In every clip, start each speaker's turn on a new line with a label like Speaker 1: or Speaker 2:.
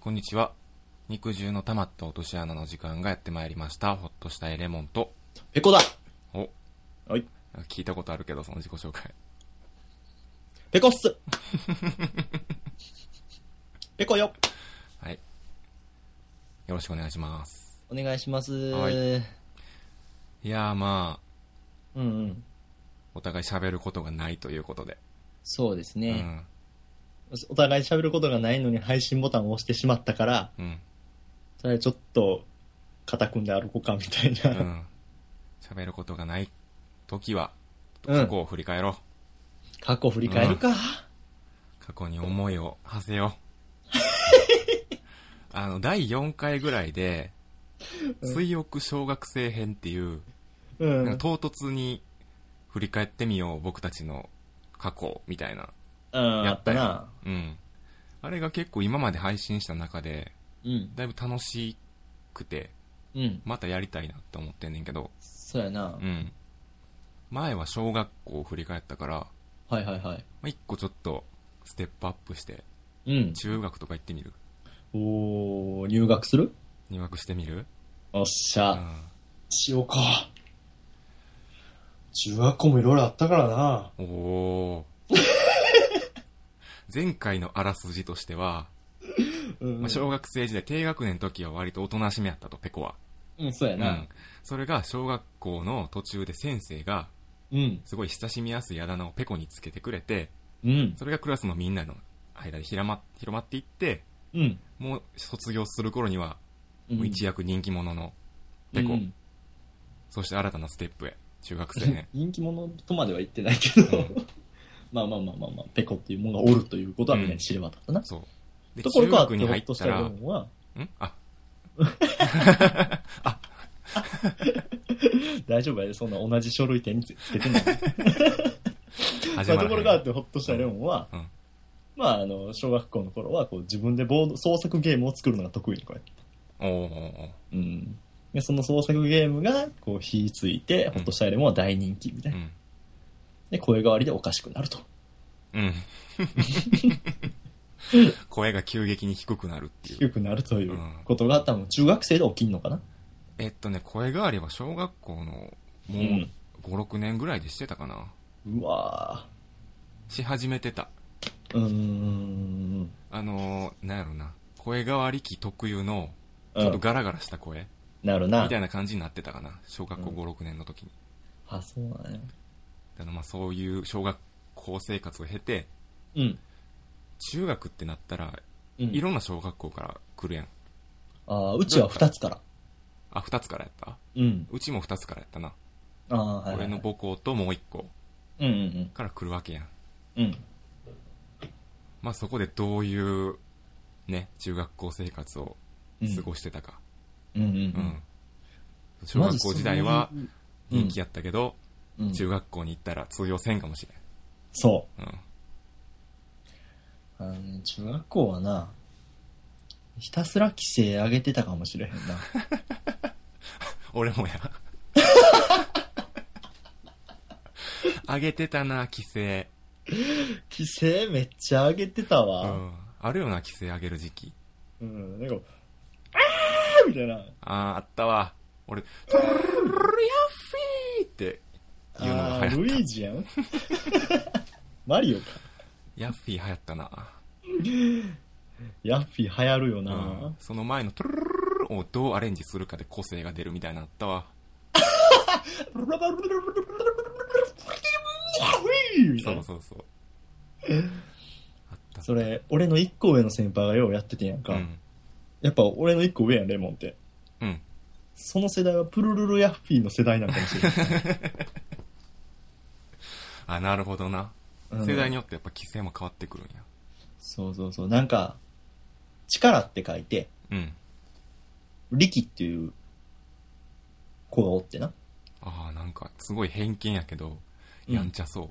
Speaker 1: こんにちは。肉汁の溜まった落とし穴の時間がやってまいりました。ほっとしたエレモンと、
Speaker 2: ペコだ
Speaker 1: お、
Speaker 2: はい。
Speaker 1: 聞いたことあるけど、その自己紹介。
Speaker 2: ペコ っすペコよ
Speaker 1: はい。よろしくお願いします。
Speaker 2: お願いします。
Speaker 1: はいいやーまあ、
Speaker 2: うんうん。
Speaker 1: お互い喋ることがないということで。
Speaker 2: そうです
Speaker 1: う
Speaker 2: ね。
Speaker 1: ん。
Speaker 2: お互い喋ることがないのに配信ボタンを押してしまったから、
Speaker 1: うん。
Speaker 2: それはちょっと、肩組んで歩こうかみたいうな。
Speaker 1: ん。喋ることがない時は、
Speaker 2: う
Speaker 1: 過
Speaker 2: ん
Speaker 1: 去を振り返ろう。
Speaker 2: 過去振り返るか。
Speaker 1: 過去に思いを馳せよう。あの、第4回ぐらいで、水浴小学生編っていう、な
Speaker 2: う
Speaker 1: ん
Speaker 2: ん。
Speaker 1: か唐突に振り返ってみよう、僕たちの過去、みたいな。
Speaker 2: うん、
Speaker 1: や
Speaker 2: や
Speaker 1: っ
Speaker 2: ったた
Speaker 1: よ
Speaker 2: な。
Speaker 1: うん。あれが結構今まで配信した中で、
Speaker 2: うん。
Speaker 1: だいぶ楽しくて、
Speaker 2: うん。
Speaker 1: またやりたいなって思ってんねんけど、
Speaker 2: そうやな
Speaker 1: う。ん。前は小学校を振り返ったから、
Speaker 2: はいはいはい。
Speaker 1: まあ、一個ちょっと、ステップアップして、
Speaker 2: うん。
Speaker 1: 中学とか行ってみる
Speaker 2: おー、入学する
Speaker 1: 入学してみる
Speaker 2: おっし
Speaker 1: う
Speaker 2: ゃ。
Speaker 1: ん。
Speaker 2: しようか。中学校もいろいろあったからな。
Speaker 1: おおー 前回のあらすじとしては、
Speaker 2: うん
Speaker 1: まあ、小学生時代低学年の時は割とおとなしめやったとペコは、
Speaker 2: うん、そうや
Speaker 1: う
Speaker 2: な。
Speaker 1: それが小学校の途中で先生が
Speaker 2: うん。
Speaker 1: すごい親しみやすいあだ名をペコにつけてくれて
Speaker 2: うん。
Speaker 1: それがクラスのみんなの間で広ま広まっていって
Speaker 2: うん。
Speaker 1: もう卒業する頃には
Speaker 2: うん
Speaker 1: もう一躍人気者のペコ、
Speaker 2: うん
Speaker 1: そして新たなステップへ中学生ね
Speaker 2: 人気者とまでは言ってないけど、
Speaker 1: う
Speaker 2: まあまあまあまあまあ、ペコっていうものがおるということはみんなに知れ渡ったな。
Speaker 1: そうで
Speaker 2: ところ
Speaker 1: 中
Speaker 2: が、
Speaker 1: 学に
Speaker 2: ペコ
Speaker 1: 入っ
Speaker 2: ッとしたたレ
Speaker 1: ら
Speaker 2: モンは、
Speaker 1: んあ
Speaker 2: 大丈夫やで、そんな同じ書類点につけてない。
Speaker 1: 始
Speaker 2: まあ
Speaker 1: ま
Speaker 2: と
Speaker 1: ら
Speaker 2: こ
Speaker 1: へ
Speaker 2: ろ
Speaker 1: ん
Speaker 2: があってほっとしたレモンは、
Speaker 1: うん
Speaker 2: まああの、小学校の頃はこう自分でボード、創作ゲームを作るのが得意な子やった。
Speaker 1: おーおーおー
Speaker 2: うん。で、その創作ゲームが、こう、火ついて、ほっとしたレモンは大人気みたいうな。
Speaker 1: ん
Speaker 2: で、声変わりでおかしくなると。
Speaker 1: うん 声が急激に低くなるっていう。
Speaker 2: 低くなるという
Speaker 1: うん
Speaker 2: ことが多分中学生で起きんのかな
Speaker 1: えっとね、声変わりは小学校のもう5
Speaker 2: ん、
Speaker 1: 6年ぐらいでしてたかな。
Speaker 2: うわ
Speaker 1: し始めてた。
Speaker 2: ぁ。うーん。
Speaker 1: あのー、なんやろな。声変わり期特有の、ち
Speaker 2: う
Speaker 1: ょっと
Speaker 2: ん、
Speaker 1: ガラガラした声、
Speaker 2: なるな
Speaker 1: みた。いな感じになってたかな。小学校5、6年の時に。
Speaker 2: あ、そうなんや。
Speaker 1: あのまあそういう小学校生活を経て、
Speaker 2: うん。
Speaker 1: 中学ってなったら、
Speaker 2: うん、
Speaker 1: いろんな小学校から来るやん。
Speaker 2: あーうちは二つから。
Speaker 1: あ、2つからやった
Speaker 2: うん。
Speaker 1: うちも2つからやったな。
Speaker 2: ああ、はい、はい。
Speaker 1: 俺の母校ともう1校
Speaker 2: うんうん
Speaker 1: から来るわけやん。
Speaker 2: うん。うん。
Speaker 1: まあそこでどういう、ね、中学校生活を過ごしてたか。
Speaker 2: うんうんう
Speaker 1: うん。
Speaker 2: ん。
Speaker 1: 小学校時代は
Speaker 2: まず
Speaker 1: 人気やったけど、
Speaker 2: その、うん、
Speaker 1: 中学校に行ったら通用せんかもし
Speaker 2: そ
Speaker 1: れん。うん。
Speaker 2: う。あのね、中学校はな、ひたすら規制上げてたかも しれへんな。
Speaker 1: 俺 もや。あげてたな、規制。
Speaker 2: 規制めっちゃ上げてた
Speaker 1: う
Speaker 2: わ。
Speaker 1: ん。あるよな、規制あげる時期。
Speaker 2: うん。なんか、あーみたいな。
Speaker 1: あー、あったわ。俺、トゥルルルルルルルヤッフィーって言うの
Speaker 2: あ
Speaker 1: が
Speaker 2: ー
Speaker 1: 流行っ
Speaker 2: ルイージやんマリオか。
Speaker 1: ヤッフィー流行ったな。
Speaker 2: ヤッフィー流行るよな、
Speaker 1: うん。その前のトゥルルルルルルをどうアレンジするかで個性が出るみたいなのあったわ。そうそうそう。あった。
Speaker 2: それ、俺の一個上の先輩がようやっててんやんか。
Speaker 1: うん。
Speaker 2: やっぱ俺の一個上やん、レモンって。
Speaker 1: うん。
Speaker 2: その世代はプルルルヤッフィーの世代なんかもしれない。
Speaker 1: あ、なるほどな。
Speaker 2: うん
Speaker 1: 世代によってやっぱ規制も変わってくるんや。
Speaker 2: そうそうそう。なんか、力って書いて、
Speaker 1: うん。
Speaker 2: 力っていう子がおってな。
Speaker 1: ああ、なんか、すごい偏見やけど、
Speaker 2: うん
Speaker 1: やんちゃそ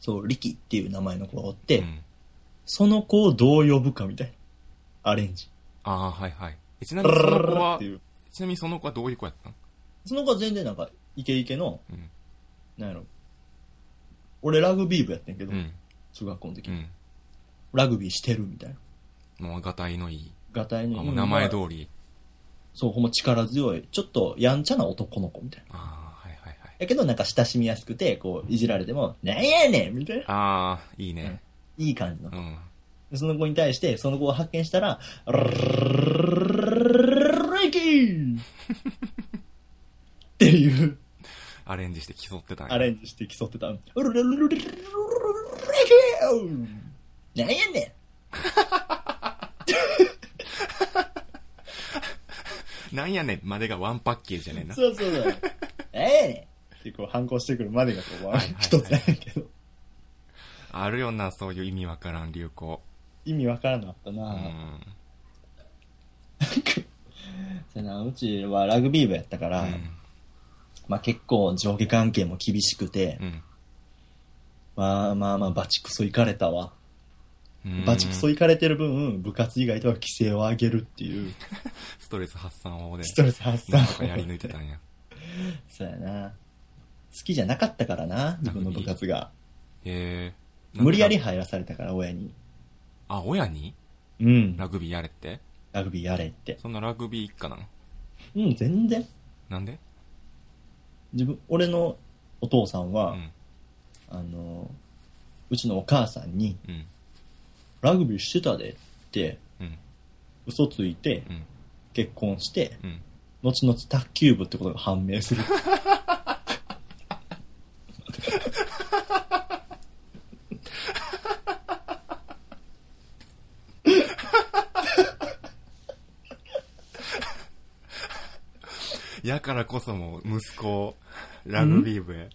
Speaker 2: そう、力っていう名前の子がおって、
Speaker 1: う。うん。
Speaker 2: その子をどう呼ぶかみたいな。アレンジ。
Speaker 1: ああ、はいはい。えちなみにその子
Speaker 2: っ
Speaker 1: は
Speaker 2: て、いう。
Speaker 1: ちなみにその子はどういう子やったん
Speaker 2: その子は全然なんか、イケイケの、
Speaker 1: うん。
Speaker 2: なんやろ。俺ラグビー部やってんけど、
Speaker 1: うん。
Speaker 2: 中学校の時、
Speaker 1: うん。
Speaker 2: ラグビーしてるみたいな。
Speaker 1: もう、がたいのいい。
Speaker 2: がたい
Speaker 1: あ
Speaker 2: の
Speaker 1: もう名前
Speaker 2: う
Speaker 1: 通り。
Speaker 2: そう、ほんま力強い、ちょっとやんちゃな男の子みたいな。
Speaker 1: ああ、はいはいはい。
Speaker 2: やけどなんか親しみやすくて、こう、いじられても、なんやねんみたいな。
Speaker 1: ああ、いいね。
Speaker 2: いい感じの
Speaker 1: う。ん。
Speaker 2: でその子に対して、その子を発見したら、ルイキーっていう
Speaker 1: アレンジして競ってたんや
Speaker 2: アレンジして競ってた。ルルルルルルルイキーなんやねん
Speaker 1: なんやねんまでがワンパッケージじゃねえな。
Speaker 2: そうそうそう。ええってこう反抗してくるまでがこう、
Speaker 1: はいはい
Speaker 2: 一つなんやけど。
Speaker 1: あるよな、そういう意味わからん流行。
Speaker 2: 意味わからなかったな、
Speaker 1: う
Speaker 2: なんか
Speaker 1: ん。
Speaker 2: そやなうちはラグビー部やったから、
Speaker 1: うん
Speaker 2: まあ結構上下関係も厳しくて、
Speaker 1: うん
Speaker 2: まあまあまあバチクソいかれたわ。
Speaker 1: うん。
Speaker 2: バチクソいかれてる分、部活以外では規制を上げるっていう、
Speaker 1: ストレス発散法で、
Speaker 2: ストレス発
Speaker 1: なん
Speaker 2: 散
Speaker 1: とかやり抜いてたんや。
Speaker 2: そうやな。好きじゃなかったからな、自分の部活が。
Speaker 1: へえ。
Speaker 2: 無理やり。入らされたから、親に。
Speaker 1: あ、親に
Speaker 2: うん。
Speaker 1: ラグビーやれって
Speaker 2: ラグビーやれって。
Speaker 1: そんなラグビー一家なの
Speaker 2: うん、全然。
Speaker 1: なんで
Speaker 2: 自分、俺のお父さん
Speaker 1: う
Speaker 2: は、
Speaker 1: ん。
Speaker 2: あの、うちのお母さんに、
Speaker 1: うん。
Speaker 2: ラグビーしてたでって、
Speaker 1: うん。
Speaker 2: 嘘ついて、
Speaker 1: うん。
Speaker 2: 結婚して、
Speaker 1: うん。
Speaker 2: 後々卓球部ってことが判 明する。
Speaker 1: やからこそもう息子をラグビー部へ。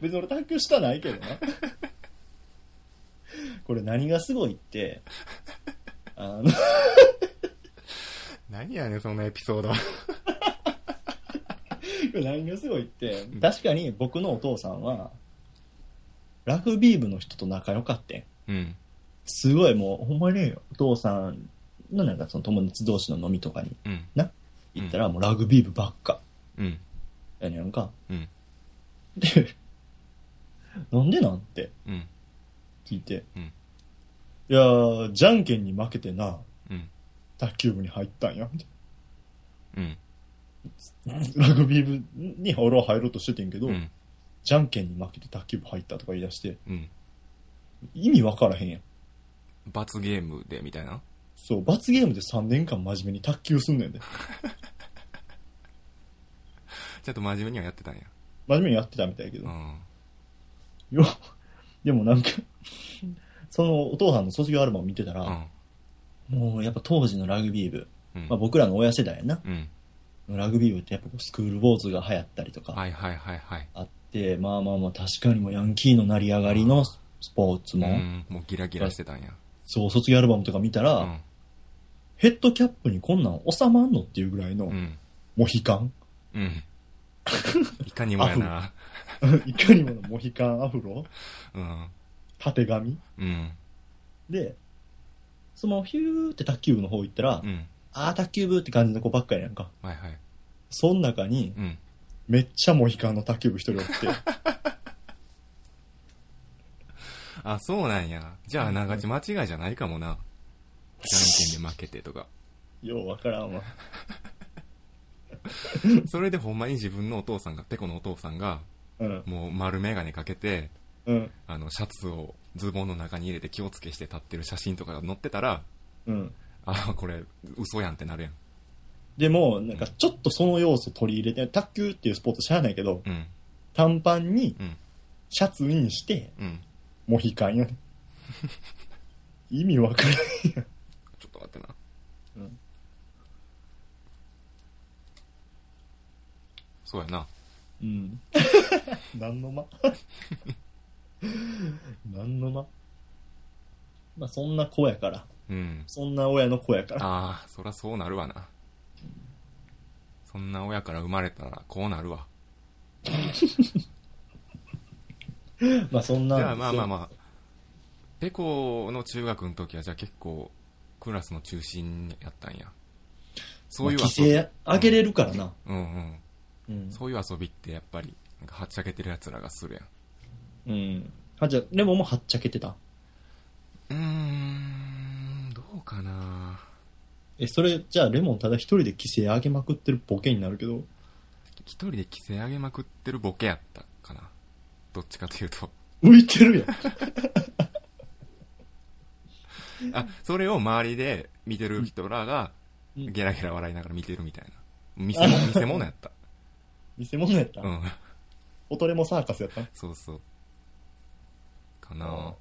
Speaker 2: 別に俺卓球したないけどな。これ何がすごいって、あの、
Speaker 1: 何やねん、そのエピソード。
Speaker 2: これ何がすごいって
Speaker 1: ん、
Speaker 2: 確かに僕のお父さんは、ラグビー部の人と仲良かってん。
Speaker 1: うん。
Speaker 2: すごいもう、ほんまにお父さんのなんかその友達同士の飲みとかに
Speaker 1: うん。
Speaker 2: 行ったらもうラグビー部ばっか。
Speaker 1: うん。
Speaker 2: やねんか。
Speaker 1: うん。
Speaker 2: で、 なんでなんて
Speaker 1: うん。
Speaker 2: 聞いて。
Speaker 1: うん
Speaker 2: いやー、じゃんけんに負けてな、
Speaker 1: うん。
Speaker 2: 卓球部に入ったんや。
Speaker 1: うん。
Speaker 2: ラグビー部に俺は入ろうとしててんけど、
Speaker 1: うん。
Speaker 2: じゃんけんに負けて卓球部入ったとか言い出して、
Speaker 1: うん。
Speaker 2: 意味わからへんやん。
Speaker 1: 罰ゲームで、みたいな。
Speaker 2: そう、罰ゲームで3年間真面目に卓球すんねんで。
Speaker 1: ちょっと真面目にはやってたんや。
Speaker 2: 真面目にやってたみたいやけ
Speaker 1: う
Speaker 2: ど。
Speaker 1: ん。
Speaker 2: よ、 でもなんか、そのお父さんの卒業アルバム見てた
Speaker 1: う
Speaker 2: ら、
Speaker 1: ん。
Speaker 2: もうやっぱ当時のラグビー部、
Speaker 1: うん
Speaker 2: まあ、僕らの親世代やな。
Speaker 1: うん。
Speaker 2: ラグビー部ってやっぱこうスクールウォーズが流行ったりとか
Speaker 1: はいはいはいはい。
Speaker 2: あって、まあまあまあ確かにもうヤンキーの成り上がりのスポーツ
Speaker 1: う
Speaker 2: も、
Speaker 1: ん。もうギラギラしてたんや。
Speaker 2: そう卒業アルバムとか見たら、
Speaker 1: うん。
Speaker 2: ヘッドキャップにこんなん収まんのっていうぐらいの
Speaker 1: うん。
Speaker 2: モヒカン、
Speaker 1: うん。いかにもやな。
Speaker 2: いかにものモヒカンアフロ
Speaker 1: うん。
Speaker 2: 縦髪
Speaker 1: うん。
Speaker 2: で、そのヒューって卓球部の方行ったら、
Speaker 1: うん。
Speaker 2: ああ、卓球部って感じの子ばっかりやんか。
Speaker 1: はいはい。
Speaker 2: その中に、
Speaker 1: うん。
Speaker 2: めっちゃモヒカンの卓球部一人おって、
Speaker 1: あ、そうなんや。じゃあ、あながち間違いじゃないかもな。じゃんけんで負けてとか。
Speaker 2: ようわからんわ。
Speaker 1: それでほんまに自分のお父さんが、ペコのお父さんが、
Speaker 2: うん、
Speaker 1: もう丸メガネかけて、
Speaker 2: うん、
Speaker 1: あの、シャツをズボンの中に入れて気をつけして立ってる写真とかが載ってたら、
Speaker 2: うん。
Speaker 1: あ、これ、嘘やんってなるやん。
Speaker 2: でも、なんかちょっとその要素取り入れて、卓球っていうスポーツ知らないけど、
Speaker 1: うん。
Speaker 2: 短パンに
Speaker 1: うん。
Speaker 2: シャツインして、
Speaker 1: うん。
Speaker 2: モヒカンよね。意味わからん。
Speaker 1: ちょっと待ってな。
Speaker 2: うん
Speaker 1: そうやな。
Speaker 2: うん。何の間何の間まあそんな子やから。
Speaker 1: うん。
Speaker 2: そんな親の子やから。
Speaker 1: ああ、そらそうなるわな。そんな親から生まれたら、こうなるわ。
Speaker 2: まあそんな
Speaker 1: じゃあまあまあ
Speaker 2: あ。
Speaker 1: まあ。ペコの中学の時はじゃあ結構クラスの中心やったんや。そういう
Speaker 2: まあ規
Speaker 1: 遊び。
Speaker 2: 制上げれるからな。
Speaker 1: うんうん。
Speaker 2: うん。
Speaker 1: そういう遊びってやっぱり、なんかはっちゃけてる奴らがするやん。
Speaker 2: うん。はじゃあ、レモンもはっちゃけてた。
Speaker 1: うーん、どうかな
Speaker 2: え、それ、じゃあレモンただ一人で規制上げまくってるボケになるけど、
Speaker 1: 一人で規制上げまくってるボケやったかな。どっちかというと。
Speaker 2: 浮い てるやん。
Speaker 1: あ、それを周りで見てる人らが、
Speaker 2: うん
Speaker 1: ゲラゲラ笑いながら見てるみたいな。見 せ物、見せ物やった。
Speaker 2: 偽物やった、
Speaker 1: うん。
Speaker 2: 音レモサーカスやった
Speaker 1: そうそう。か
Speaker 2: うん
Speaker 1: な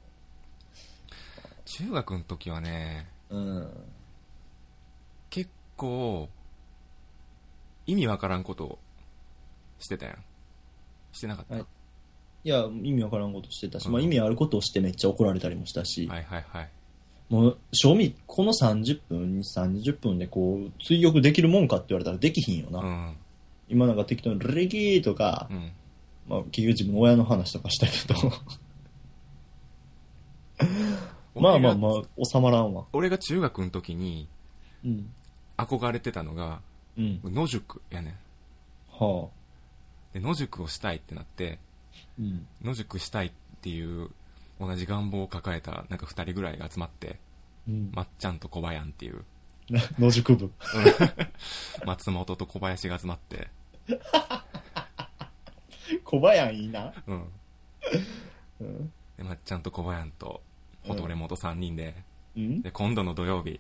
Speaker 1: 中学の時はね、
Speaker 2: うん。
Speaker 1: 結構、意味わからんことをしてたやん。してなかった。
Speaker 2: はいいや、意味わからんことしてたし、
Speaker 1: うん
Speaker 2: まあ意味あることをしてめっちゃ怒られたりもしたし、
Speaker 1: はいはいはい。
Speaker 2: もう、正味、この30分、30分でこう、追憶できるもんかって言われたらできひんよな。
Speaker 1: うん。
Speaker 2: 今なんか適当に、レギーとか、
Speaker 1: うん。
Speaker 2: まあ、結局自分の親の話とかしたけ ど、ま あまあま
Speaker 1: 俺
Speaker 2: あ
Speaker 1: が、
Speaker 2: 収まらんわ。
Speaker 1: 俺が中学の時に
Speaker 2: うん。
Speaker 1: 憧れてたのが、
Speaker 2: うん。
Speaker 1: 野宿やねん。
Speaker 2: はあ。
Speaker 1: で、野宿をしたいってなって、
Speaker 2: うん。
Speaker 1: 野宿したいっていう、同じ願望を抱えた、なんか二人ぐらいが集まって、
Speaker 2: うん。
Speaker 1: まっちゃんと小林っていう、
Speaker 2: 野宿部。
Speaker 1: 松本と小林が集まって、
Speaker 2: 小林いいな。
Speaker 1: うん。
Speaker 2: うん。
Speaker 1: で、まっちゃんと小林と、ほとれもと三人で、
Speaker 2: うん
Speaker 1: で、今度の土曜日、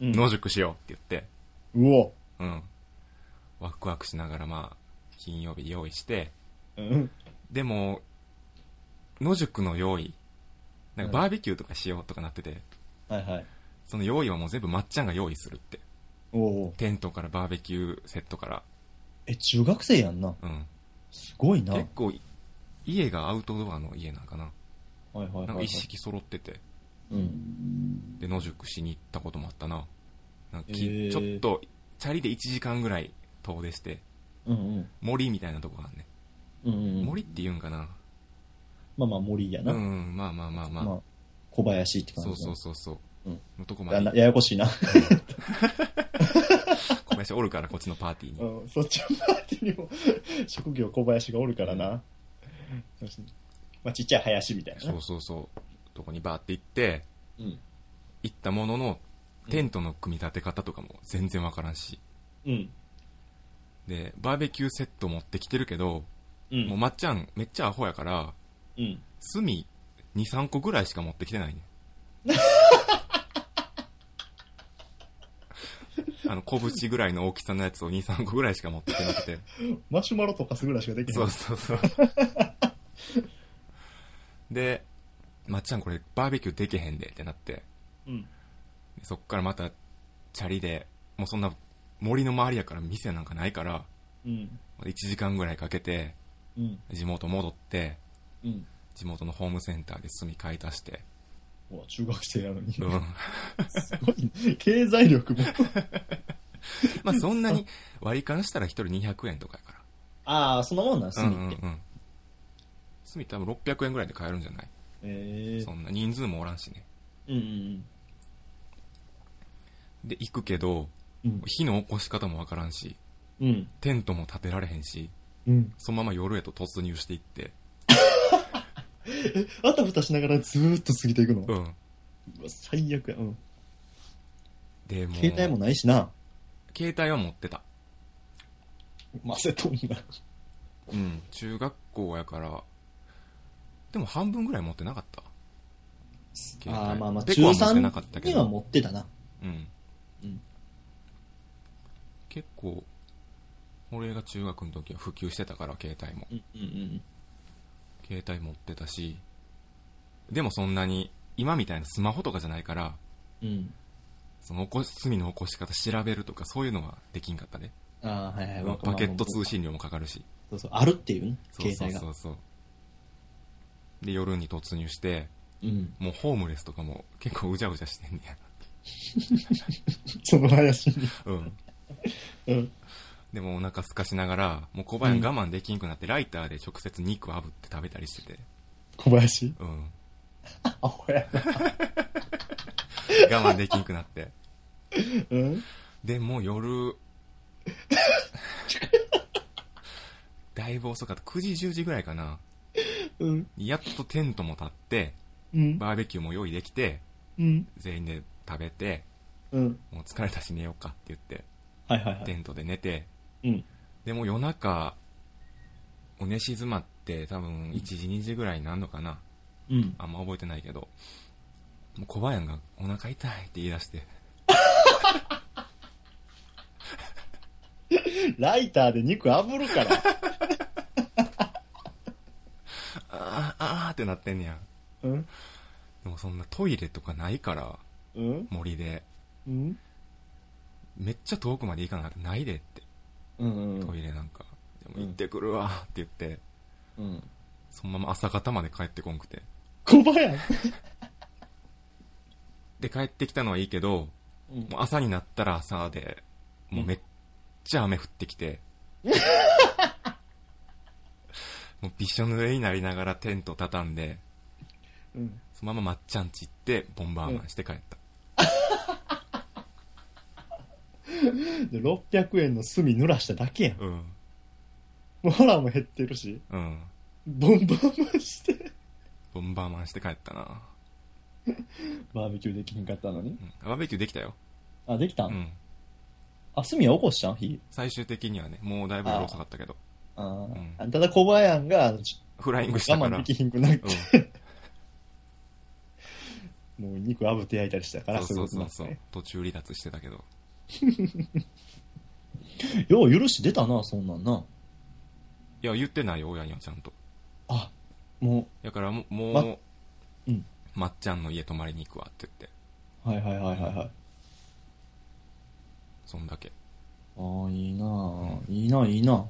Speaker 2: うん
Speaker 1: 野宿しようって言って、
Speaker 2: うお。
Speaker 1: うん。ワクワクしながら、まあ、金曜日用意して、
Speaker 2: うん。
Speaker 1: でも、野宿の用意、なんか
Speaker 2: うん
Speaker 1: バーベキューとかしようとかなってて、
Speaker 2: はいはい。
Speaker 1: その用意はもう全部まっちゃんが用意するって。
Speaker 2: おお。
Speaker 1: テントからバーベキューセットから。
Speaker 2: え、中学生やんな。
Speaker 1: うん。
Speaker 2: すごいな。は
Speaker 1: 結
Speaker 2: い
Speaker 1: 構、家がアウトドアの家なんかな。
Speaker 2: はいはい、
Speaker 1: なん
Speaker 2: は
Speaker 1: か
Speaker 2: い。
Speaker 1: 一式揃ってて。
Speaker 2: うん。
Speaker 1: で、野宿しに行ったこともあったな。なんかき
Speaker 2: へー
Speaker 1: ちょっと、チャリで1時間ぐらい遠出して、
Speaker 2: うんうん。
Speaker 1: 森みたいなとこがあんね。
Speaker 2: うんうん、
Speaker 1: 森って言うんかな。
Speaker 2: まあまあ森や
Speaker 1: う
Speaker 2: な。
Speaker 1: ん、まあまあまあまあ。
Speaker 2: まあ、小林って感じ
Speaker 1: そ
Speaker 2: の
Speaker 1: うそうそうそう。
Speaker 2: うん
Speaker 1: のとこま
Speaker 2: や
Speaker 1: で
Speaker 2: な。ややこしいな。
Speaker 1: 小林おるから、こっちのパーティーに。
Speaker 2: うん、 そっちのパーティーにも 職業小林がおるからな。まあ、ちっちゃい林みたいな。
Speaker 1: そうそうそう。とこにバーって行って、
Speaker 2: うん。
Speaker 1: 行ったものの、テントの組み立て方とかも全然わからんし。
Speaker 2: うん。
Speaker 1: で、バーベキューセット持ってきてるけど、
Speaker 2: うん。
Speaker 1: もうまっちゃんめっちゃアホやから、
Speaker 2: うん。
Speaker 1: 炭2、3個ぐらいしか持ってきてないね。あの、拳ぐらいの大きさのやつを2、3個ぐらいしか持ってきてなくて。
Speaker 2: マシュマロとかすぐらいしかできな
Speaker 1: そ。
Speaker 2: いう
Speaker 1: そうそう。で、まっちゃんこれバーベキューできへんでってなって、
Speaker 2: うん。
Speaker 1: でそっからまたチャリで、もうそんな森の周りやから店なんかないから、
Speaker 2: うん。
Speaker 1: 1時間ぐらいかけて、
Speaker 2: うん。
Speaker 1: 地元戻って、
Speaker 2: うん。
Speaker 1: 地元のホームセンターで炭買い足して、
Speaker 2: うわ、中学生なのに。す
Speaker 1: うん。
Speaker 2: ごい、ね、経済力も。
Speaker 1: まあそんなに割り勘したら1人200円とかやか
Speaker 2: ああ、そんなもんな、
Speaker 1: ら。
Speaker 2: 隅って。
Speaker 1: うんうんうん。炭多分600円ぐらいで買えるんじゃない
Speaker 2: ええ
Speaker 1: そんな人数もおらんしね。
Speaker 2: うんうん
Speaker 1: で、行くけど、
Speaker 2: うん。
Speaker 1: 火の起こし方もわからんし、
Speaker 2: うん。
Speaker 1: テントも立てられへんし、
Speaker 2: うん。
Speaker 1: そのまま夜へと突入していって、
Speaker 2: あたふたしながらずーっと過ぎていくの。う
Speaker 1: うん。
Speaker 2: わ最悪や。うん。
Speaker 1: で、もう
Speaker 2: 携帯もないしな。
Speaker 1: 携帯は持ってた。
Speaker 2: ませとんな。
Speaker 1: うん。中学校やから、でも半分ぐらい持ってなかった。携帯
Speaker 2: ああ、まあまあ、
Speaker 1: ペ
Speaker 2: 中
Speaker 1: コは持ってなかった
Speaker 2: 3
Speaker 1: け
Speaker 2: には
Speaker 1: ど。
Speaker 2: 持ってたな。
Speaker 1: うん。
Speaker 2: うん。
Speaker 1: 結構、俺が中学の時は普及してたから、携帯も。
Speaker 2: うんうんうん。
Speaker 1: 携帯持ってたし、でもそんなに、今みたいなスマホとかじゃないから、
Speaker 2: うん。
Speaker 1: その起こし、罪の起こし方調べるとかそういうのはできんかったね。
Speaker 2: ああ、はいは
Speaker 1: バ
Speaker 2: い。
Speaker 1: ケット通。信料もかかるし。
Speaker 2: そうそう、あるっていうね、
Speaker 1: そう
Speaker 2: 携
Speaker 1: そう
Speaker 2: 帯が
Speaker 1: そ。うそう。で、夜に突入して、
Speaker 2: うん。
Speaker 1: もうホームレスとかも結構うじゃうじゃしてんねや。
Speaker 2: その林に。
Speaker 1: うん。
Speaker 2: うん。
Speaker 1: でもお腹空かしながら、もう小林我慢できんくなって、ライターで直接肉炙って食べたりしてて。
Speaker 2: 小林
Speaker 1: うん。
Speaker 2: アホやな。
Speaker 1: 我慢できんくなって。
Speaker 2: うん。
Speaker 1: で、もう夜、 だいぶ遅かった。9時、10時ぐらいかな。
Speaker 2: うん。
Speaker 1: やっとテントも立って、
Speaker 2: うん。
Speaker 1: バーベキューも用意できて、
Speaker 2: うん。
Speaker 1: 全員で食べて、
Speaker 2: うん。
Speaker 1: もう疲れたし寝ようかって言って、
Speaker 2: はいはいは
Speaker 1: テ
Speaker 2: い。
Speaker 1: ントで寝て、
Speaker 2: うん。
Speaker 1: でも夜中、お寝静まって多分1時2時ぐらいになるのかな。
Speaker 2: うん。
Speaker 1: あんま覚えてないけど、もう小林がお腹痛いって言い出して、
Speaker 2: ライターで肉炙るから。
Speaker 1: あーあーってなってんねやん。
Speaker 2: うん。
Speaker 1: でもそんなトイレとかないから、
Speaker 2: うん。
Speaker 1: 森で。
Speaker 2: うん。
Speaker 1: めっちゃ遠くまで行かなくてないでって、
Speaker 2: うん。
Speaker 1: トイレなんか。でも行ってくるわーって言って、
Speaker 2: うん。
Speaker 1: そのまま朝方まで帰ってこんくて。
Speaker 2: 小林
Speaker 1: で、帰ってきたのはいいけど、
Speaker 2: うん。
Speaker 1: もう朝になったら朝で、もうめっちゃ雨降ってき て、もうびしょ濡れになりながらテント畳んで、
Speaker 2: うん。
Speaker 1: そのまままっちゃんち行って、ボンバーマンして帰った。
Speaker 2: で、600円の炭濡らしただけやん。
Speaker 1: うん。
Speaker 2: もう腹も減ってるし、
Speaker 1: うん。
Speaker 2: ボンバーマンして、
Speaker 1: ボンバーマンして帰ったな。
Speaker 2: バーベキューできひんかったのに
Speaker 1: う。ん。バーベキューできたよ。
Speaker 2: あ、できた、
Speaker 1: うんん。
Speaker 2: あ、炭は起こしたん火。
Speaker 1: 最終的にはね、もうだいぶ夜遅かったけど、
Speaker 2: あー、
Speaker 1: うん
Speaker 2: あただ小林が、ち
Speaker 1: フライングした
Speaker 2: 我
Speaker 1: から。
Speaker 2: 慢できひんくなって、
Speaker 1: う
Speaker 2: もう肉炙って焼いたりしたか
Speaker 1: ん
Speaker 2: ら、
Speaker 1: そう
Speaker 2: す
Speaker 1: そ
Speaker 2: ご
Speaker 1: う
Speaker 2: く
Speaker 1: そ
Speaker 2: な
Speaker 1: う
Speaker 2: っ。
Speaker 1: 途中離脱してたけど。
Speaker 2: てよう許し出たな、そんなんな。
Speaker 1: いや、言ってないよ、親にはちゃんと。
Speaker 2: あ、も
Speaker 1: だからもう、もう、
Speaker 2: まうん
Speaker 1: まっちゃんの家泊まりに行くわって言って、
Speaker 2: う、はいはいはいはいはい。
Speaker 1: そんだけ。
Speaker 2: ああ、いいなあいいな、いいな。め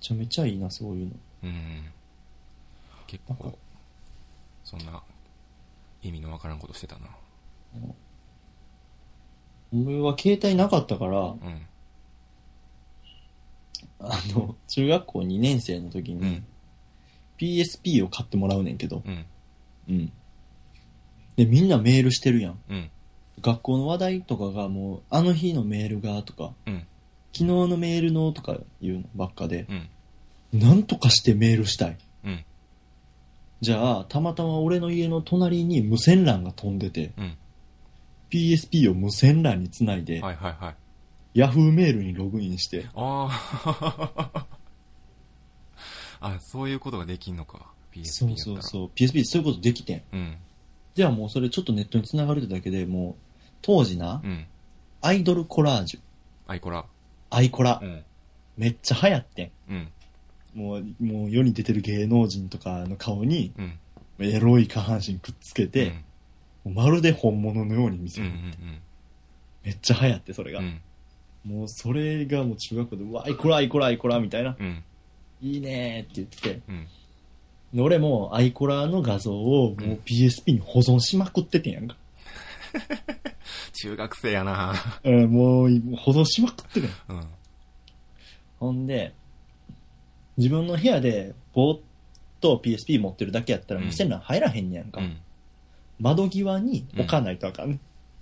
Speaker 2: ちゃめちゃいいな、そういうの。
Speaker 1: うん。結
Speaker 2: なん
Speaker 1: 構、そんな、意味のわからんことしてたな。
Speaker 2: 俺は携帯なかったから、
Speaker 1: うん。
Speaker 2: あの、中学校2年生の時
Speaker 1: う
Speaker 2: に
Speaker 1: ん。
Speaker 2: PSP を買ってもらうねんけど、
Speaker 1: うん。
Speaker 2: うん。で、みんなメールしてるやん。
Speaker 1: うん。
Speaker 2: 学校の話題とかがもう、あの日のメールがとか、
Speaker 1: うん。
Speaker 2: 昨日のメールのとかいうのばっかで、
Speaker 1: うん。
Speaker 2: なんとかしてメールしたい。
Speaker 1: うん。
Speaker 2: じゃあ、たまたま俺の家の隣に無線 LAN が飛んでて、
Speaker 1: うん。
Speaker 2: PSP を無線 LAN につないで、
Speaker 1: はいはいはい。
Speaker 2: Yahoo メールにログインして、
Speaker 1: ああ。 あ、そういうことができんのか。PSP だった
Speaker 2: そ
Speaker 1: ら。
Speaker 2: うそうそう、PSP そういうことできてん。
Speaker 1: う。うん。
Speaker 2: ではもうそれちょっとネットに繋がるってだけでもう、当時な、
Speaker 1: うん。
Speaker 2: アイドルコラージュ、
Speaker 1: アイコラ。
Speaker 2: アイコラ、
Speaker 1: うん。
Speaker 2: めっちゃ流行ってん。
Speaker 1: うん。
Speaker 2: もう、もう世に出てる芸能人とかの顔に、
Speaker 1: うん。
Speaker 2: エロい下半身くっつけて、もうまるで本物のように見
Speaker 1: う
Speaker 2: せ
Speaker 1: ん、う
Speaker 2: る。
Speaker 1: ん。
Speaker 2: めっちゃ流行って、それ
Speaker 1: う
Speaker 2: が。
Speaker 1: ん。うん。
Speaker 2: もうそれがもう中学校で、うわ、アイコラ、アイコラ、アイコラ、みたいな。
Speaker 1: うん。
Speaker 2: いいねーって言ってて。
Speaker 1: うん。
Speaker 2: で俺もアイコラの画像を
Speaker 1: う
Speaker 2: も
Speaker 1: ん
Speaker 2: う PSP に保存しまくっててんやんか。
Speaker 1: 中学生やな
Speaker 2: うん、もう保存しまくってる
Speaker 1: うん。
Speaker 2: ほんで、自分の部屋でぼーっと PSP 持ってるだけやったら
Speaker 1: うん
Speaker 2: 無線 LAN 入らへんねやんか。
Speaker 1: うん。
Speaker 2: 窓際に置かないとあかんね。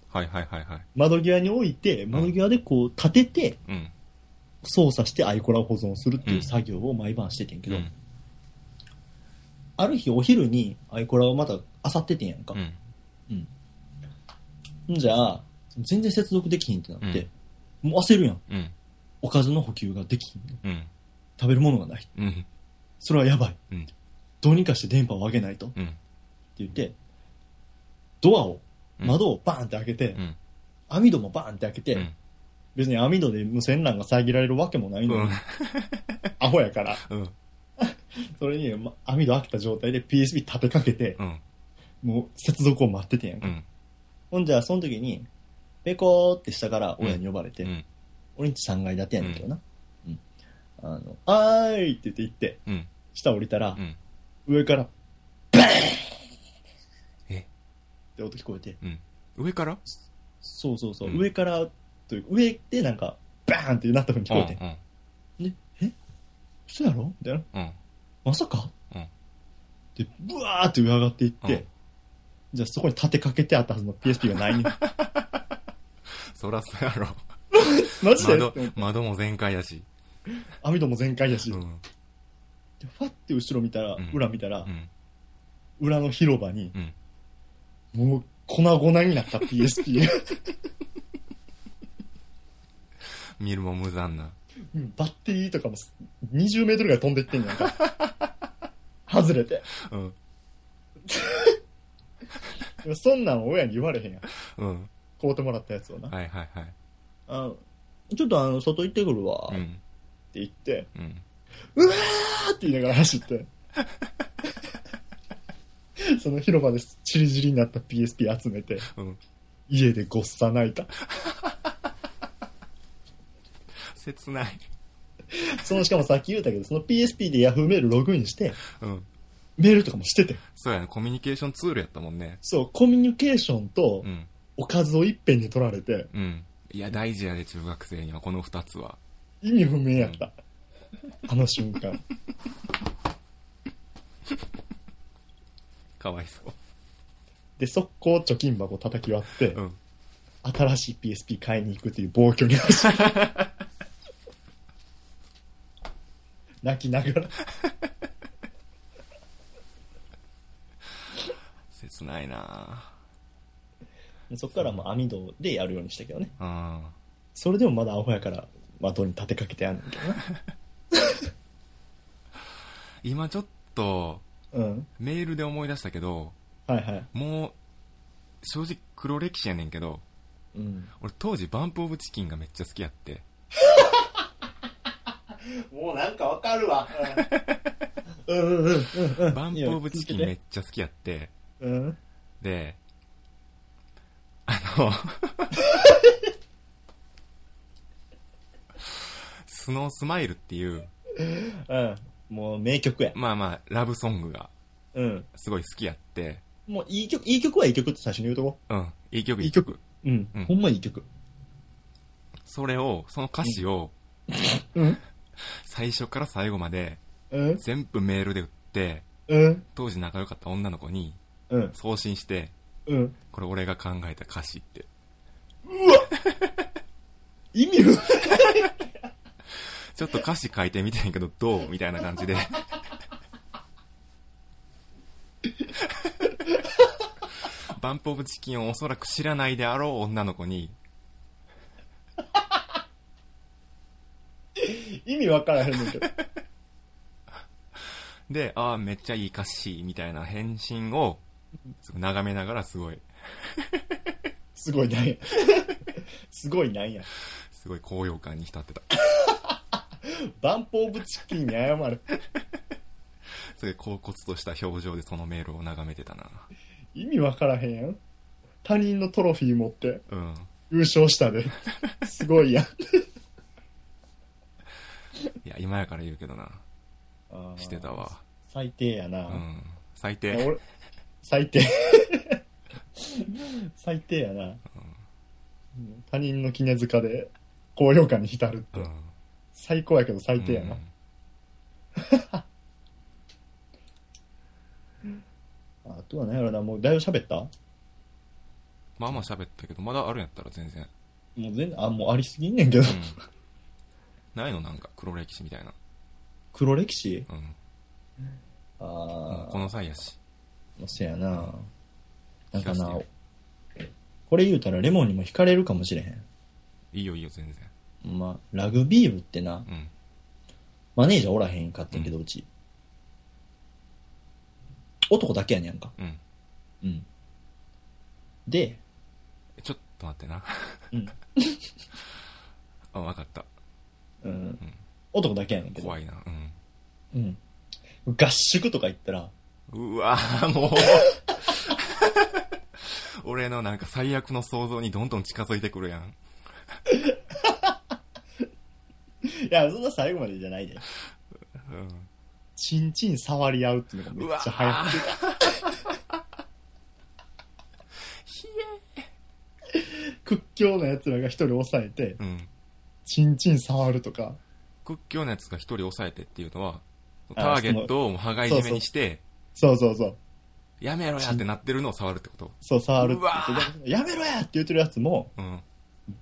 Speaker 1: はいはいはいはい。
Speaker 2: 窓際に置いて、窓際でこう立てて、
Speaker 1: うん。
Speaker 2: 操作してアイコラを保存するっていううん作業を毎晩しててんけど、
Speaker 1: うん。
Speaker 2: ある日お昼にアイコラをまた漁っててんやんか
Speaker 1: う。ん。
Speaker 2: んじゃあ、全然接続できひんってなって、もう焦るやん。
Speaker 1: うん。
Speaker 2: おかずの補給ができひん。
Speaker 1: うん。
Speaker 2: 食べるものがない。
Speaker 1: うん。
Speaker 2: それはやばい。
Speaker 1: うん
Speaker 2: どうにかして電波を上げないと。
Speaker 1: うん。
Speaker 2: って言って、ドアを、
Speaker 1: うん
Speaker 2: 窓をバーンって開けて、
Speaker 1: うん。
Speaker 2: 網戸もバーンって開けて、
Speaker 1: うん
Speaker 2: 別に網戸で無線 LAN が遮られるわけもないの
Speaker 1: う
Speaker 2: に、
Speaker 1: ん。
Speaker 2: アホやから、
Speaker 1: うん。
Speaker 2: それに、ま、網戸開けた状態で PSP 立てかけて、
Speaker 1: うん。
Speaker 2: もう接続を待っててんやん
Speaker 1: う
Speaker 2: か。
Speaker 1: ん。
Speaker 2: ほんじゃ、その時に、ペコーって下から親に呼ばれて、
Speaker 1: うん。
Speaker 2: 俺んち3階建てやねんけどな。うん。あの、あーいって言って行って、
Speaker 1: うん。
Speaker 2: 下降りたら、
Speaker 1: うん。
Speaker 2: 上から、バーン
Speaker 1: え
Speaker 2: って音聞こえて、
Speaker 1: うん。上から
Speaker 2: そうそうそう、
Speaker 1: うん
Speaker 2: 上からという上でなんかバーンってなった風に聞こえて、
Speaker 1: うん。
Speaker 2: そうやろみたいな
Speaker 1: うん。
Speaker 2: まさか、
Speaker 1: うん
Speaker 2: でブワーって上上がっていって、
Speaker 1: うん
Speaker 2: じゃあそこに立てかけてあったはずの PSP がないね
Speaker 1: そらそうやろ。
Speaker 2: マジで
Speaker 1: 窓
Speaker 2: って思っ、て
Speaker 1: 窓も全開やし。
Speaker 2: 網戸も全開やし、
Speaker 1: う
Speaker 2: で
Speaker 1: ん。
Speaker 2: ファって後ろ見たら、
Speaker 1: うん
Speaker 2: 裏見たら
Speaker 1: う、ん。
Speaker 2: 裏の広場に
Speaker 1: うん。
Speaker 2: もう粉々になっ た PSP。
Speaker 1: 見るも無残な。
Speaker 2: うんバッテリーとかも20メートルぐらい飛んでいってんやんか。外れて。
Speaker 1: うん。
Speaker 2: でもそんなん親に言われへんやん。
Speaker 1: うん。
Speaker 2: 買うてもらったやつをな。
Speaker 1: はいはいはい。
Speaker 2: あのちょっとあの、外行ってくるわ。
Speaker 1: う
Speaker 2: って
Speaker 1: ん。
Speaker 2: 言って、
Speaker 1: うん。
Speaker 2: あーって言いながら走って。 その広場でチリチリになった PSP 集めて、
Speaker 1: うん。
Speaker 2: 家でごっさ泣いた。
Speaker 1: 切ない。
Speaker 2: その、しかもさっき言ったけど、その PSP で Yahoo メールログインして、
Speaker 1: うん。
Speaker 2: メールとかもしてて。
Speaker 1: そうやね。コミュニケーションツールやったもんね。
Speaker 2: そう、コミュニケーションと
Speaker 1: う、ん。
Speaker 2: おかずをいっぺんに取られて、
Speaker 1: うん。いや、大事やで、中学生には、この二つは。
Speaker 2: 意味不明やった。あの瞬間。
Speaker 1: かわいそう。
Speaker 2: で、速攻貯金箱叩き割って、
Speaker 1: うん。
Speaker 2: 新しい PSP 買いに行くっていう暴挙に走る。泣きながら。
Speaker 1: 切ないな
Speaker 2: そっからもう網戸でやるようにしたけどね。
Speaker 1: ぁ。うん。
Speaker 2: それでもまだアホやから、窓に立てかけてやんねんけどな。
Speaker 1: 今ちょっと、
Speaker 2: うん。
Speaker 1: メールで思い出したけど、
Speaker 2: はいはい。
Speaker 1: もう、正直黒歴史やねんけど、
Speaker 2: うん。
Speaker 1: 俺当時バンプオブチキンがめっちゃ好きやって。
Speaker 2: もうなんかわかるわ。うんうんうんうんうん。
Speaker 1: バンプオブチキンめっちゃ好きやって。
Speaker 2: うん。
Speaker 1: で、あの、スノースマイルっていう、
Speaker 2: うん。もう名曲や。
Speaker 1: まあまあ、ラブソングが
Speaker 2: うん。
Speaker 1: すごい好きやって、
Speaker 2: もういい曲、いい曲はいい曲って最初に言うとこ。
Speaker 1: うん、いい曲、
Speaker 2: いい曲うん。
Speaker 1: うん
Speaker 2: ほんまいい曲。
Speaker 1: それを、その歌詞を、
Speaker 2: うん。
Speaker 1: 最初から最後まで、
Speaker 2: うん。
Speaker 1: 全部メールで打って、
Speaker 2: うん。
Speaker 1: 当時仲良かった女の子に
Speaker 2: うん。
Speaker 1: 送信して、
Speaker 2: うん。
Speaker 1: これ俺が考えた歌詞って。
Speaker 2: 意味不明。
Speaker 1: ちょっと歌詞書いてみてんけど、どうみたいな感じで。バンプオブチキンをおそらく知らないであろう女の子に、
Speaker 2: 意味わからへんねんけど。
Speaker 1: で、ああ、めっちゃいい歌詞、みたいな返信を、眺めながらすごい、
Speaker 2: すごいなんや。すごいなんや。
Speaker 1: すごい高揚感に浸ってた。
Speaker 2: バンプオブチキンに謝る。
Speaker 1: すごい高骨とした表情でそのメールを眺めてたな。
Speaker 2: 意味わからへんやん。他人のトロフィー持って
Speaker 1: うん。
Speaker 2: 優勝したで。すごいやん。
Speaker 1: いや、今やから言うけどな。してたわ。
Speaker 2: 最低やな。
Speaker 1: うん。最
Speaker 2: いや
Speaker 1: 低。
Speaker 2: 俺最低 最低やな、他人の絹塚で高揚感に浸るって、
Speaker 1: うん。
Speaker 2: 最高やけど最低やな、あとは何やろなもうだいぶ喋ったも
Speaker 1: まあまあ喋ったけど、まだあるんやったら全然。
Speaker 2: う全然あもうありすぎんねんけど
Speaker 1: うん。ないのなんか黒歴史みたいな。
Speaker 2: 黒歴史
Speaker 1: うん。
Speaker 2: あ
Speaker 1: もう
Speaker 2: あ
Speaker 1: この際やし。
Speaker 2: そやななん
Speaker 1: 聞
Speaker 2: か
Speaker 1: かせて
Speaker 2: な
Speaker 1: よ。
Speaker 2: これ言うたらレモンにも惹かれるかもしれへ
Speaker 1: いいよいいよ、全然。
Speaker 2: んまあラグビー部ってな
Speaker 1: うん。
Speaker 2: マネージャーおらへんかったんやけど、うち男だけやねんか
Speaker 1: うん。
Speaker 2: うんで
Speaker 1: えちょっと待ってな。
Speaker 2: うん
Speaker 1: あ、わかった。
Speaker 2: うん男だけやねんけど。
Speaker 1: 怖いな。うん。
Speaker 2: うん。合宿とか行ったら、
Speaker 1: うわぁ、もう。 俺のなんか最悪の想像にどんどん近づいてくるやん。
Speaker 2: いや、そんな最後までじゃないで。
Speaker 1: うん。
Speaker 2: チンチン触り合うっていうのがめ
Speaker 1: う
Speaker 2: っ
Speaker 1: わ
Speaker 2: ちゃ流行っ
Speaker 1: ぁ。
Speaker 2: て
Speaker 1: ひ
Speaker 2: 屈強な奴らが一人抑えて
Speaker 1: え。、うん。
Speaker 2: チンチン触るとか、
Speaker 1: 屈強なやつが一人抑えてっていうのは、タ
Speaker 2: あ
Speaker 1: ーゲットをもう羽交い締めにして、
Speaker 2: そうそうそう、
Speaker 1: やめろやってなってるのを触るってこと。
Speaker 2: そう触るって
Speaker 1: うわ
Speaker 2: 言って、やめろやって言ってるやつも、
Speaker 1: うん。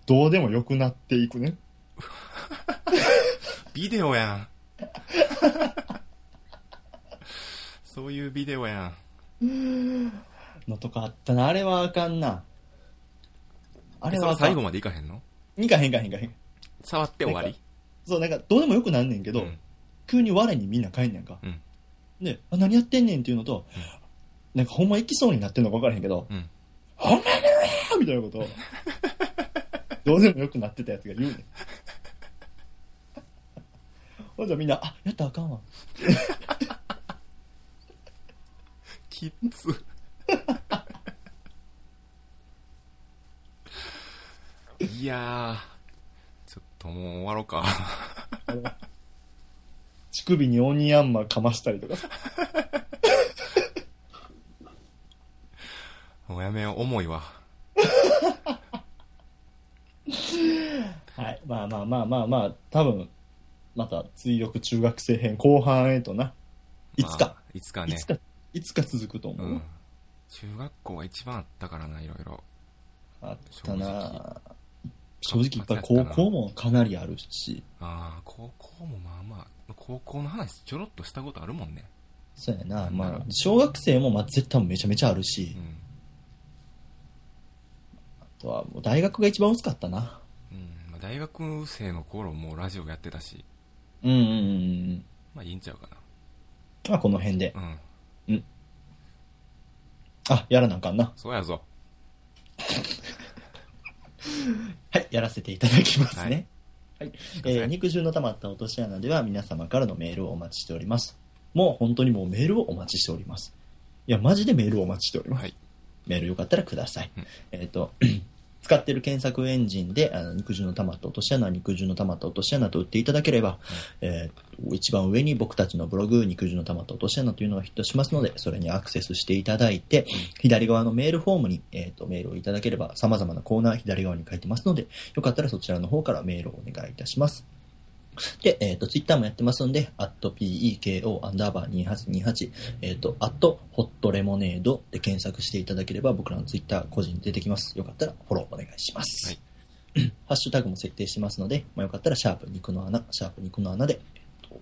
Speaker 2: どうでもよくなっていくね。
Speaker 1: ビデオやん。 そういうビデオやん。
Speaker 2: のとかあったな。あれはあかんな。あ
Speaker 1: あ
Speaker 2: れ
Speaker 1: れ
Speaker 2: はあ
Speaker 1: は
Speaker 2: かん
Speaker 1: 最後までいかへんの
Speaker 2: いかへんいかへんいかへん。
Speaker 1: 触って終わり
Speaker 2: そう、なんかどうでもよくなんねんけど、
Speaker 1: うん
Speaker 2: 急に我にみんな帰んねんか。
Speaker 1: うん
Speaker 2: で、あ何やってんねんっていうのと、なんかほんま行きそうになってんのか分からへんけど、
Speaker 1: うん
Speaker 2: ほんまにやみたいなこと をどうでもよくなってたやつが言うねん。 ほんじゃみんな、あ、やったらあかんわ。
Speaker 1: キッズいやーちょっともう終わろうか
Speaker 2: 乳首にオニヤンマかましたり とかさ。
Speaker 1: もうやめよう重いわ
Speaker 2: はい。まあまあまあまあまあ、多分、また追憶中学生編後半へとな。いつ
Speaker 1: ま
Speaker 2: か
Speaker 1: あ、いつか
Speaker 2: い
Speaker 1: ね
Speaker 2: つか、いつか続くと思
Speaker 1: う
Speaker 2: う。
Speaker 1: ん中学校が一番あったからないろいろ
Speaker 2: あったな
Speaker 1: 正
Speaker 2: 正直
Speaker 1: 直
Speaker 2: いっぱい高校もかなりあるし、
Speaker 1: ああ高校もまあまあ高校の話ちょろっとしたことあるもんね
Speaker 2: そうやな、
Speaker 1: な
Speaker 2: ま
Speaker 1: る
Speaker 2: あ
Speaker 1: ほ、ど
Speaker 2: 小学生もまあ絶対めちゃめちゃあるし
Speaker 1: う、ん
Speaker 2: あとはもう大学が一番薄かったな。
Speaker 1: うんまあ、大学生の頃もうラジオやってたし
Speaker 2: うんうんうんうん。
Speaker 1: まあいいんちゃうか
Speaker 2: まあこの辺で。
Speaker 1: なうん
Speaker 2: あ、やらなあかんな。
Speaker 1: そうやぞ
Speaker 2: はい、やらせていただきますね。はい。
Speaker 1: ください
Speaker 2: えー肉汁の溜まった落とし穴では皆様からのメールをお待ちしております。もう本当にもうメールをお待ちしております。いや、マジでメールをお待ちしております。
Speaker 1: はい
Speaker 2: メールよかったらください。
Speaker 1: うん
Speaker 2: えっ、と、 使ってる検索エンジンで、あの肉汁の溜まった落とし穴、肉汁の溜まった落とし穴と打っていただければ、えー一番上に僕たちのブログ、肉汁の溜まった落とし穴というのがヒットしますので、それにアクセスしていただいて、左側のメールフォームに、えー、とメールをいただければ、様々なコーナー左側に書いてますので、よかったらそちらの方からメールをお願いいたします。で、えっ、と、ツイッターもやってますんで、アット PEKO アンダーバー2828、えっ、と、アットホットレモネードで検索していただければ、僕らのツイッター個人に出てきます。よかったらフォローお願いします。
Speaker 1: はい
Speaker 2: ハッシュタグも設定してますので、まあ、よかったら、シャープ肉の穴、シャープ肉の穴で、えっと、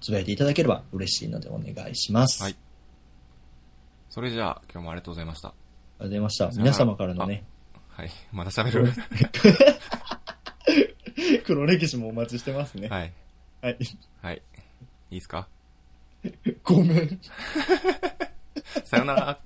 Speaker 2: つぶやいていただければ嬉しいのでお願いします。
Speaker 1: はいそれじゃあ今日もありがとうございました
Speaker 2: ありがとうございました。皆様からのね、
Speaker 1: はいまだ喋る
Speaker 2: 黒歴史もお待ちしてますね。
Speaker 1: はい
Speaker 2: はい。
Speaker 1: はいいいですか
Speaker 2: ごめん。
Speaker 1: さよなら